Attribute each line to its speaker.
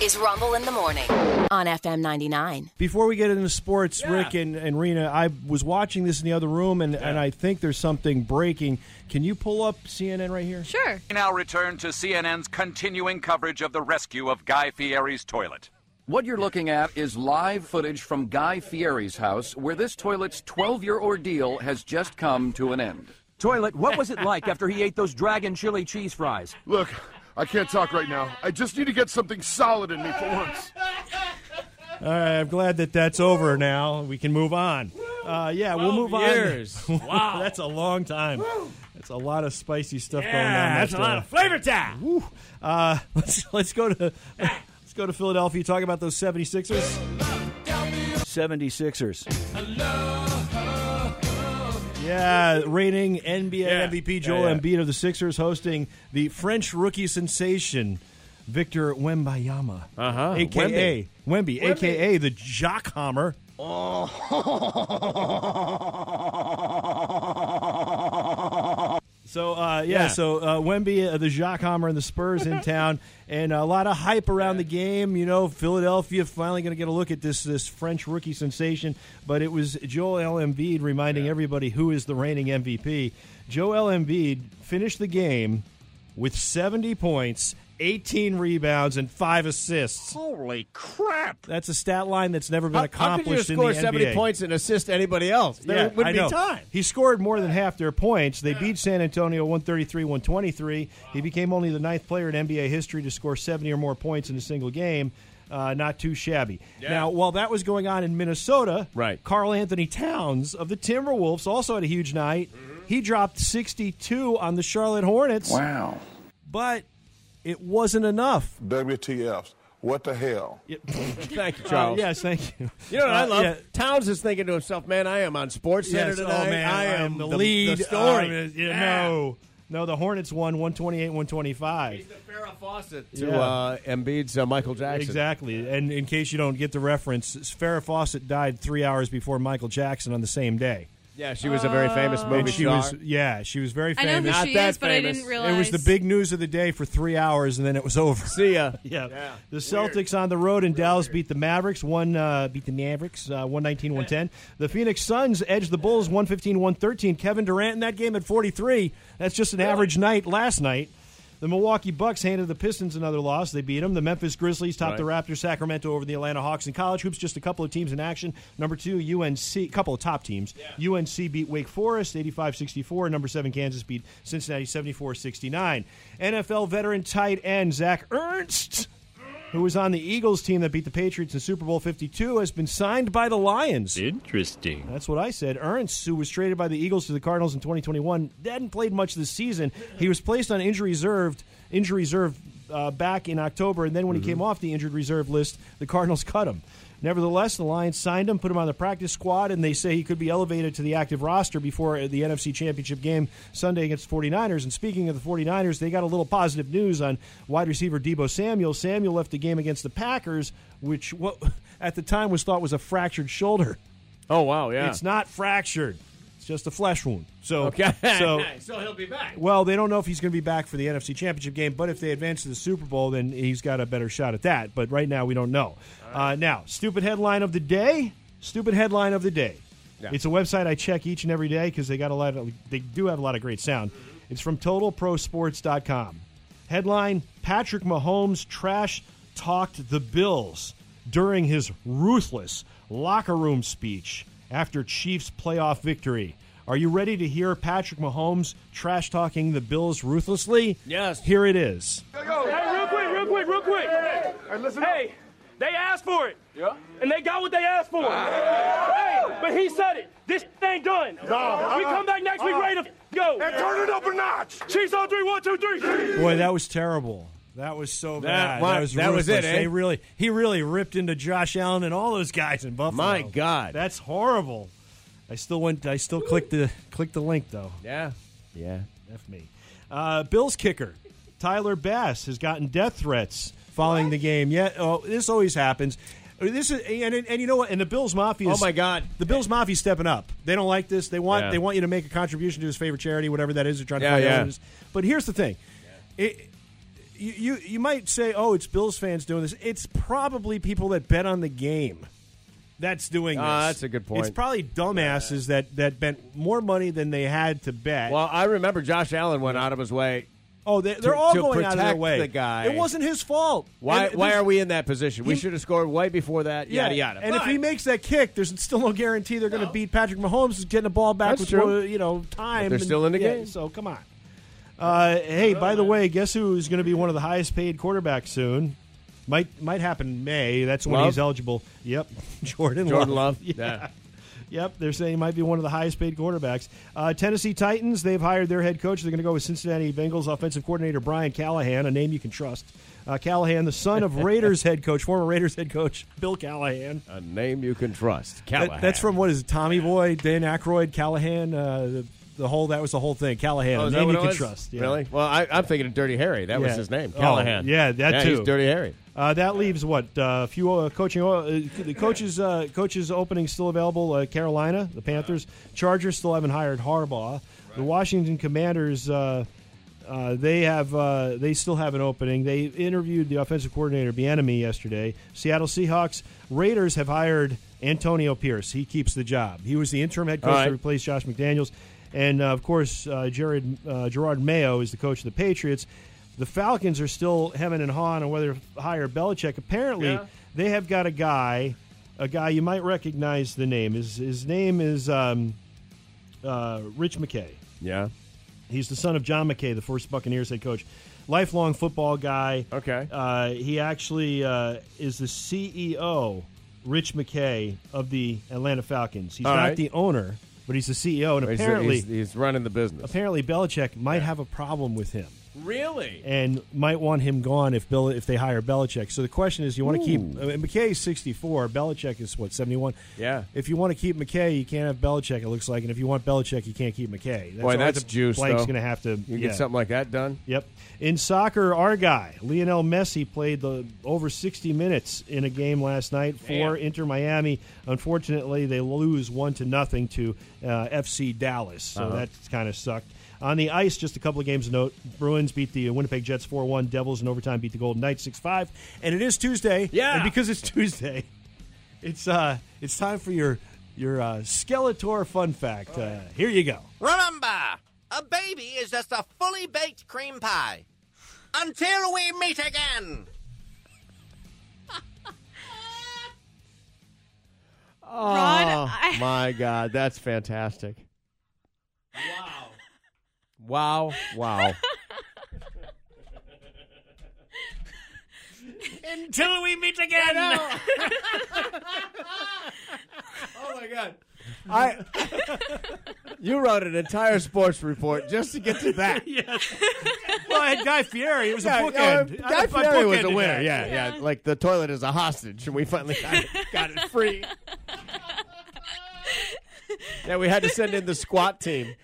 Speaker 1: is Rumble in the Morning on FM 99.
Speaker 2: Before we get into sports,
Speaker 3: Yeah.
Speaker 2: Rick and, and Rena, I was watching this in the other room, and, and I think there's something breaking. Can you pull up CNN right here?
Speaker 4: Sure.
Speaker 5: We now return to CNN's continuing coverage of the rescue of Guy Fieri's toilet.
Speaker 6: What you're looking at is live footage from Guy Fieri's house, where this toilet's 12 year ordeal has just come to an end.
Speaker 7: Toilet, what was it like after he ate those dragon chili cheese fries?
Speaker 8: Look, I can't talk right now. I just need to get something solid in me for once.
Speaker 2: All right, I'm glad that that's over now. We can move on. Uh, yeah, we'll move on.
Speaker 3: years. Wow.
Speaker 2: that's a long time. That's a lot of spicy stuff going on.
Speaker 3: Yeah, that's a
Speaker 2: that,
Speaker 3: lot
Speaker 2: uh,
Speaker 3: of flavor time.
Speaker 2: Whew. Uh, let's let's go to let's go to Philadelphia. Talk about those 76ers. 76ers. Yeah, reigning NBA
Speaker 3: Yeah.
Speaker 2: MVP Joel
Speaker 3: Yeah, yeah.
Speaker 2: Embiid of the Sixers hosting the French rookie sensation Victor Wembayama,
Speaker 3: Uh-huh.
Speaker 2: aka Wemby, aka the Jock Hammer. So uh, yeah,
Speaker 3: Yeah.
Speaker 2: so uh, Wemby, uh, the Jacques Hammer, and the Spurs in town, and a lot of hype around the game. You know, Philadelphia finally going to get a look at this this French rookie sensation. But it was Joel Embiid reminding everybody who is the reigning MVP. Joel Embiid finished the game with seventy points, eighteen rebounds, and five assists.
Speaker 3: Holy crap!
Speaker 2: That's a stat line that's never been
Speaker 3: How, how could you
Speaker 2: accomplished
Speaker 3: score
Speaker 2: in the
Speaker 3: seventy
Speaker 2: NBA.
Speaker 3: points and assist anybody else? There
Speaker 2: Yeah,
Speaker 3: wouldn't
Speaker 2: I
Speaker 3: be
Speaker 2: know.
Speaker 3: time.
Speaker 2: He scored more than half their points. They beat San Antonio 133 123. He became only the ninth player in NBA history to score 70 or more points in a single game. Uh, not too shabby. Now, while that was going on in Minnesota,
Speaker 3: Right.
Speaker 2: Carl Anthony Towns of the Timberwolves also had a huge night.
Speaker 3: Mm-hmm.
Speaker 2: He dropped 62 on the Charlotte Hornets,
Speaker 6: Wow.
Speaker 2: but it wasn't enough.
Speaker 8: WTFs. What the hell?
Speaker 3: Thank you,
Speaker 2: Uh,
Speaker 3: Charles.
Speaker 2: yes, thank you.
Speaker 3: Oh, You know what I
Speaker 2: Uh,
Speaker 3: love?
Speaker 2: yeah.
Speaker 3: Towns is thinking to himself, "Man, I am on Sports Center
Speaker 2: Yes,
Speaker 3: tonight.
Speaker 2: Oh, man.
Speaker 3: I, am
Speaker 2: the, lead.
Speaker 3: The story.
Speaker 2: Um, yeah, No. No, the Hornets won 128-125.
Speaker 3: Farrah Fawcett to
Speaker 2: Yeah.
Speaker 3: uh, Embiid's uh, Michael Jackson.
Speaker 2: Exactly. And in case you don't get the reference, Farrah Fawcett died three hours before Michael Jackson on the same day.
Speaker 3: Yeah, she was a very famous movie
Speaker 2: Ah. and she
Speaker 3: star.
Speaker 2: was, yeah, she was very
Speaker 4: I know who
Speaker 2: famous.
Speaker 3: Not
Speaker 4: she
Speaker 3: that
Speaker 4: is, but I
Speaker 3: famous.
Speaker 4: didn't
Speaker 3: It
Speaker 4: realize.
Speaker 2: It was the big news of the day for three hours, and then it was over.
Speaker 3: See ya.
Speaker 2: Yeah. The Celtics on the road in Dallas beat the Mavericks. One uh, beat the Mavericks uh, 119-110. The Phoenix Suns edged the Bulls 115-113. Kevin Durant in that game at 43. That's just an average night last night. The Milwaukee Bucks handed the Pistons another loss. They beat them. The Memphis Grizzlies topped the Raptors. Sacramento over the Atlanta Hawks. In college hoops, just a couple of teams in action. Number two, UNC, couple of top teams. UNC beat Wake Forest 85-64. Number seven, Kansas beat Cincinnati 74-69. NFL veteran tight end Zach Ernst who was on the Eagles team that beat the Patriots in Super Bowl 52, has been signed by the Lions.
Speaker 9: Interesting.
Speaker 2: That's what I said. Ernst, who was traded by the Eagles to the Cardinals in 2021, hadn't played much this season. He was placed on injury reserved, injury reserve uh, back in October, and then when he came off the injured reserve list, the Cardinals cut him. Nevertheless, the Lions signed him, put him on the practice squad, and they say he could be elevated to the active roster before the NFC Championship game Sunday against the 49ers. And speaking of the 49ers, they got a little positive news on wide receiver Debo Samuel. Samuel left the game against the Packers, which what, at the time was thought was a fractured shoulder.
Speaker 3: Oh wow, yeah.
Speaker 2: It's not fractured. It's just a flesh wound. So
Speaker 3: okay.
Speaker 2: So
Speaker 3: Nice. so he'll be back.
Speaker 2: well, they don't know if he's going to be back for the NFC Championship game, but if they advance to the Super Bowl, then he's got a better shot at that. But right now, we don't know. Uh, now, stupid headline of the day. Stupid headline of the day. It's a website I check each and every day because they got a lot. Of, they do have a lot of great sound. It's from TotalProSports.com. Headline: Patrick Mahomes trash talked the Bills during his ruthless locker room speech after Chiefs playoff victory. Are you ready to hear Patrick Mahomes trash talking the Bills ruthlessly?
Speaker 3: Yes.
Speaker 2: Here it is.
Speaker 10: Hey, real quick, real quick, real quick. Hey, they asked for it. Yeah. And they got what they asked for.
Speaker 8: Ah.
Speaker 10: hey, but he said it. This ain't done. we come back next week ready to go.
Speaker 8: uh-huh. And turn it up a notch!
Speaker 10: Chiefs on three, one, two, three.
Speaker 2: Boy, that was terrible. That was so
Speaker 3: That
Speaker 2: bad.
Speaker 3: wa-
Speaker 2: that was
Speaker 3: that was
Speaker 2: ruthless.
Speaker 3: it, eh?
Speaker 2: They really, he really ripped into Josh Allen and all those guys in Buffalo.
Speaker 3: My God.
Speaker 2: that's horrible. I still went. I still clicked the clicked the link though.
Speaker 3: yeah. Yeah.
Speaker 2: F me. Uh, Bills kicker Tyler Bass has gotten death threats following the game. Yeah, oh, this always happens. This is and, and, and you know what? And the Bills Mafia. is-
Speaker 3: Oh, my God.
Speaker 2: The Bills Mafia is stepping up. They don't like this. They want
Speaker 3: Yeah.
Speaker 2: they want you to make a contribution to his favorite charity, whatever that is. They're trying to
Speaker 3: Yeah,
Speaker 2: find out
Speaker 3: yeah.
Speaker 2: what it is. But here's the thing. It, you, you you might say, "Oh, it's Bills fans doing this." It's probably people that bet on the game that's doing this.
Speaker 3: Ah, that's a good point.
Speaker 2: It's probably dumbasses that that bet more money than they had to bet.
Speaker 3: Well, I remember Josh Allen went out of his way.
Speaker 2: oh, they, they're
Speaker 3: to-
Speaker 2: all
Speaker 3: to
Speaker 2: going out of their
Speaker 3: protect
Speaker 2: way.
Speaker 3: the guy.
Speaker 2: It wasn't his fault.
Speaker 3: Why?
Speaker 2: And
Speaker 3: why
Speaker 2: this-
Speaker 3: are we in that position? We
Speaker 2: He-
Speaker 3: should have scored way before that.
Speaker 2: Yeah,
Speaker 3: Yada yada.
Speaker 2: And if
Speaker 3: But-
Speaker 2: he makes that kick, there's still no guarantee they're going to beat Patrick Mahomes. Who's getting the ball back
Speaker 3: That's
Speaker 2: with
Speaker 3: true.
Speaker 2: more, you know time.
Speaker 3: But they're
Speaker 2: and-
Speaker 3: still in the
Speaker 2: yeah,
Speaker 3: game.
Speaker 2: So come on. Uh, hey, by the way, guess who's going to be one of the highest paid quarterbacks soon? Might might happen in May. That's when
Speaker 3: Love?
Speaker 2: he's eligible. Yep, Jordan.
Speaker 3: Jordan Love.
Speaker 2: Yeah.
Speaker 3: Yeah.
Speaker 2: Yep, they're saying he might be one of the highest paid quarterbacks. Uh, Tennessee Titans, they've hired their head coach. They're going to go with Cincinnati Bengals offensive coordinator Brian Callahan, a name you can trust. Uh, Callahan, the son of Raiders head coach, former Raiders head coach Bill Callahan.
Speaker 3: a name you can trust.
Speaker 2: That-
Speaker 3: Uh, Callahan.
Speaker 2: that's from what is it, Tommy Boy, Dan Aykroyd, Callahan. Uh, the, the whole that was the whole thing. Callahan,
Speaker 3: Oh,
Speaker 2: a
Speaker 3: is that
Speaker 2: name
Speaker 3: what
Speaker 2: you
Speaker 3: it
Speaker 2: can
Speaker 3: was?
Speaker 2: trust. Yeah.
Speaker 3: Really? Well, I, I'm thinking of Dirty Harry. That was
Speaker 2: Yeah.
Speaker 3: his name,
Speaker 2: Oh,
Speaker 3: Callahan.
Speaker 2: yeah, that
Speaker 3: He's
Speaker 2: too.
Speaker 3: Dirty Harry.
Speaker 2: Uh, that leaves what uh, few uh, coaching uh, the coaches uh, coaches openings still available. Uh, Carolina, the Panthers, Chargers still haven't hired Harbaugh. The Washington Commanders. Uh, uh, they have uh, they still have an opening. They interviewed the offensive coordinator Bieniemy yesterday. Seattle Seahawks Raiders have hired Antonio Pierce. He keeps the job. He was the interim head coach
Speaker 3: All right.
Speaker 2: to replace Josh McDaniels, and uh, of course uh, Jared uh, Gerard Mayo is the coach of the Patriots. The Falcons are still hemming and hawing on whether to hire Belichick. Apparently, they have got a guy, a guy you might recognize the name. His his name is um, uh, Rich McKay.
Speaker 3: Yeah.
Speaker 2: He's the son of John McKay, the first Buccaneers head coach. Lifelong football guy.
Speaker 3: Okay.
Speaker 2: Uh, he actually uh, is the CEO, Rich McKay, of the Atlanta Falcons. He's
Speaker 3: All
Speaker 2: not
Speaker 3: right.
Speaker 2: the owner, but he's the CEO. And
Speaker 3: He's-
Speaker 2: apparently,
Speaker 3: he's, he's running the business.
Speaker 2: apparently Belichick might have a problem with him
Speaker 3: Really?
Speaker 2: and might want him gone if Bill if they hire Belichick. So the question is, you want to keep I mean, McKay is sixty four, Belichick is what seventy one.
Speaker 3: Yeah.
Speaker 2: If you want to keep McKay, you can't have Belichick. It looks like, and if you want Belichick, you can't keep McKay. That's
Speaker 3: Boy,
Speaker 2: always
Speaker 3: that's
Speaker 2: a
Speaker 3: juice.
Speaker 2: Blank's
Speaker 3: though.
Speaker 2: going to have to
Speaker 3: You
Speaker 2: yeah.
Speaker 3: get something like that done.
Speaker 2: Yep. In soccer, our guy Lionel Messi played the over 60 minutes in a game last night for Inter Miami. Unfortunately, they lose one to nothing to uh, FC Dallas, so that kind of sucked. On the ice, just a couple of games of note: Bruins beat the Winnipeg Jets 4-1. Devils in overtime beat the Golden Knights 6-5. And it is Tuesday.
Speaker 3: Yeah.
Speaker 2: And because it's Tuesday, it's uh, it's time for your your uh, Skeletor fun fact. Uh, here you go.
Speaker 4: Remember, a baby is just a fully baked cream pie. Until we meet again.
Speaker 3: Oh my God, that's fantastic! Wow! Wow! Wow! Until we meet again. oh my God! I you wrote an entire sports report just to get to that.
Speaker 2: Well, I had Guy Fieri. It was
Speaker 3: Yeah,
Speaker 2: a
Speaker 3: yeah,
Speaker 2: bookend.
Speaker 3: Guy
Speaker 2: I- I
Speaker 3: Fieri was
Speaker 2: bookended
Speaker 3: the winner.
Speaker 2: that.
Speaker 3: Yeah, yeah, Like the toilet is a hostage, and we finally got it, got it free. yeah, we had to send in the squat team.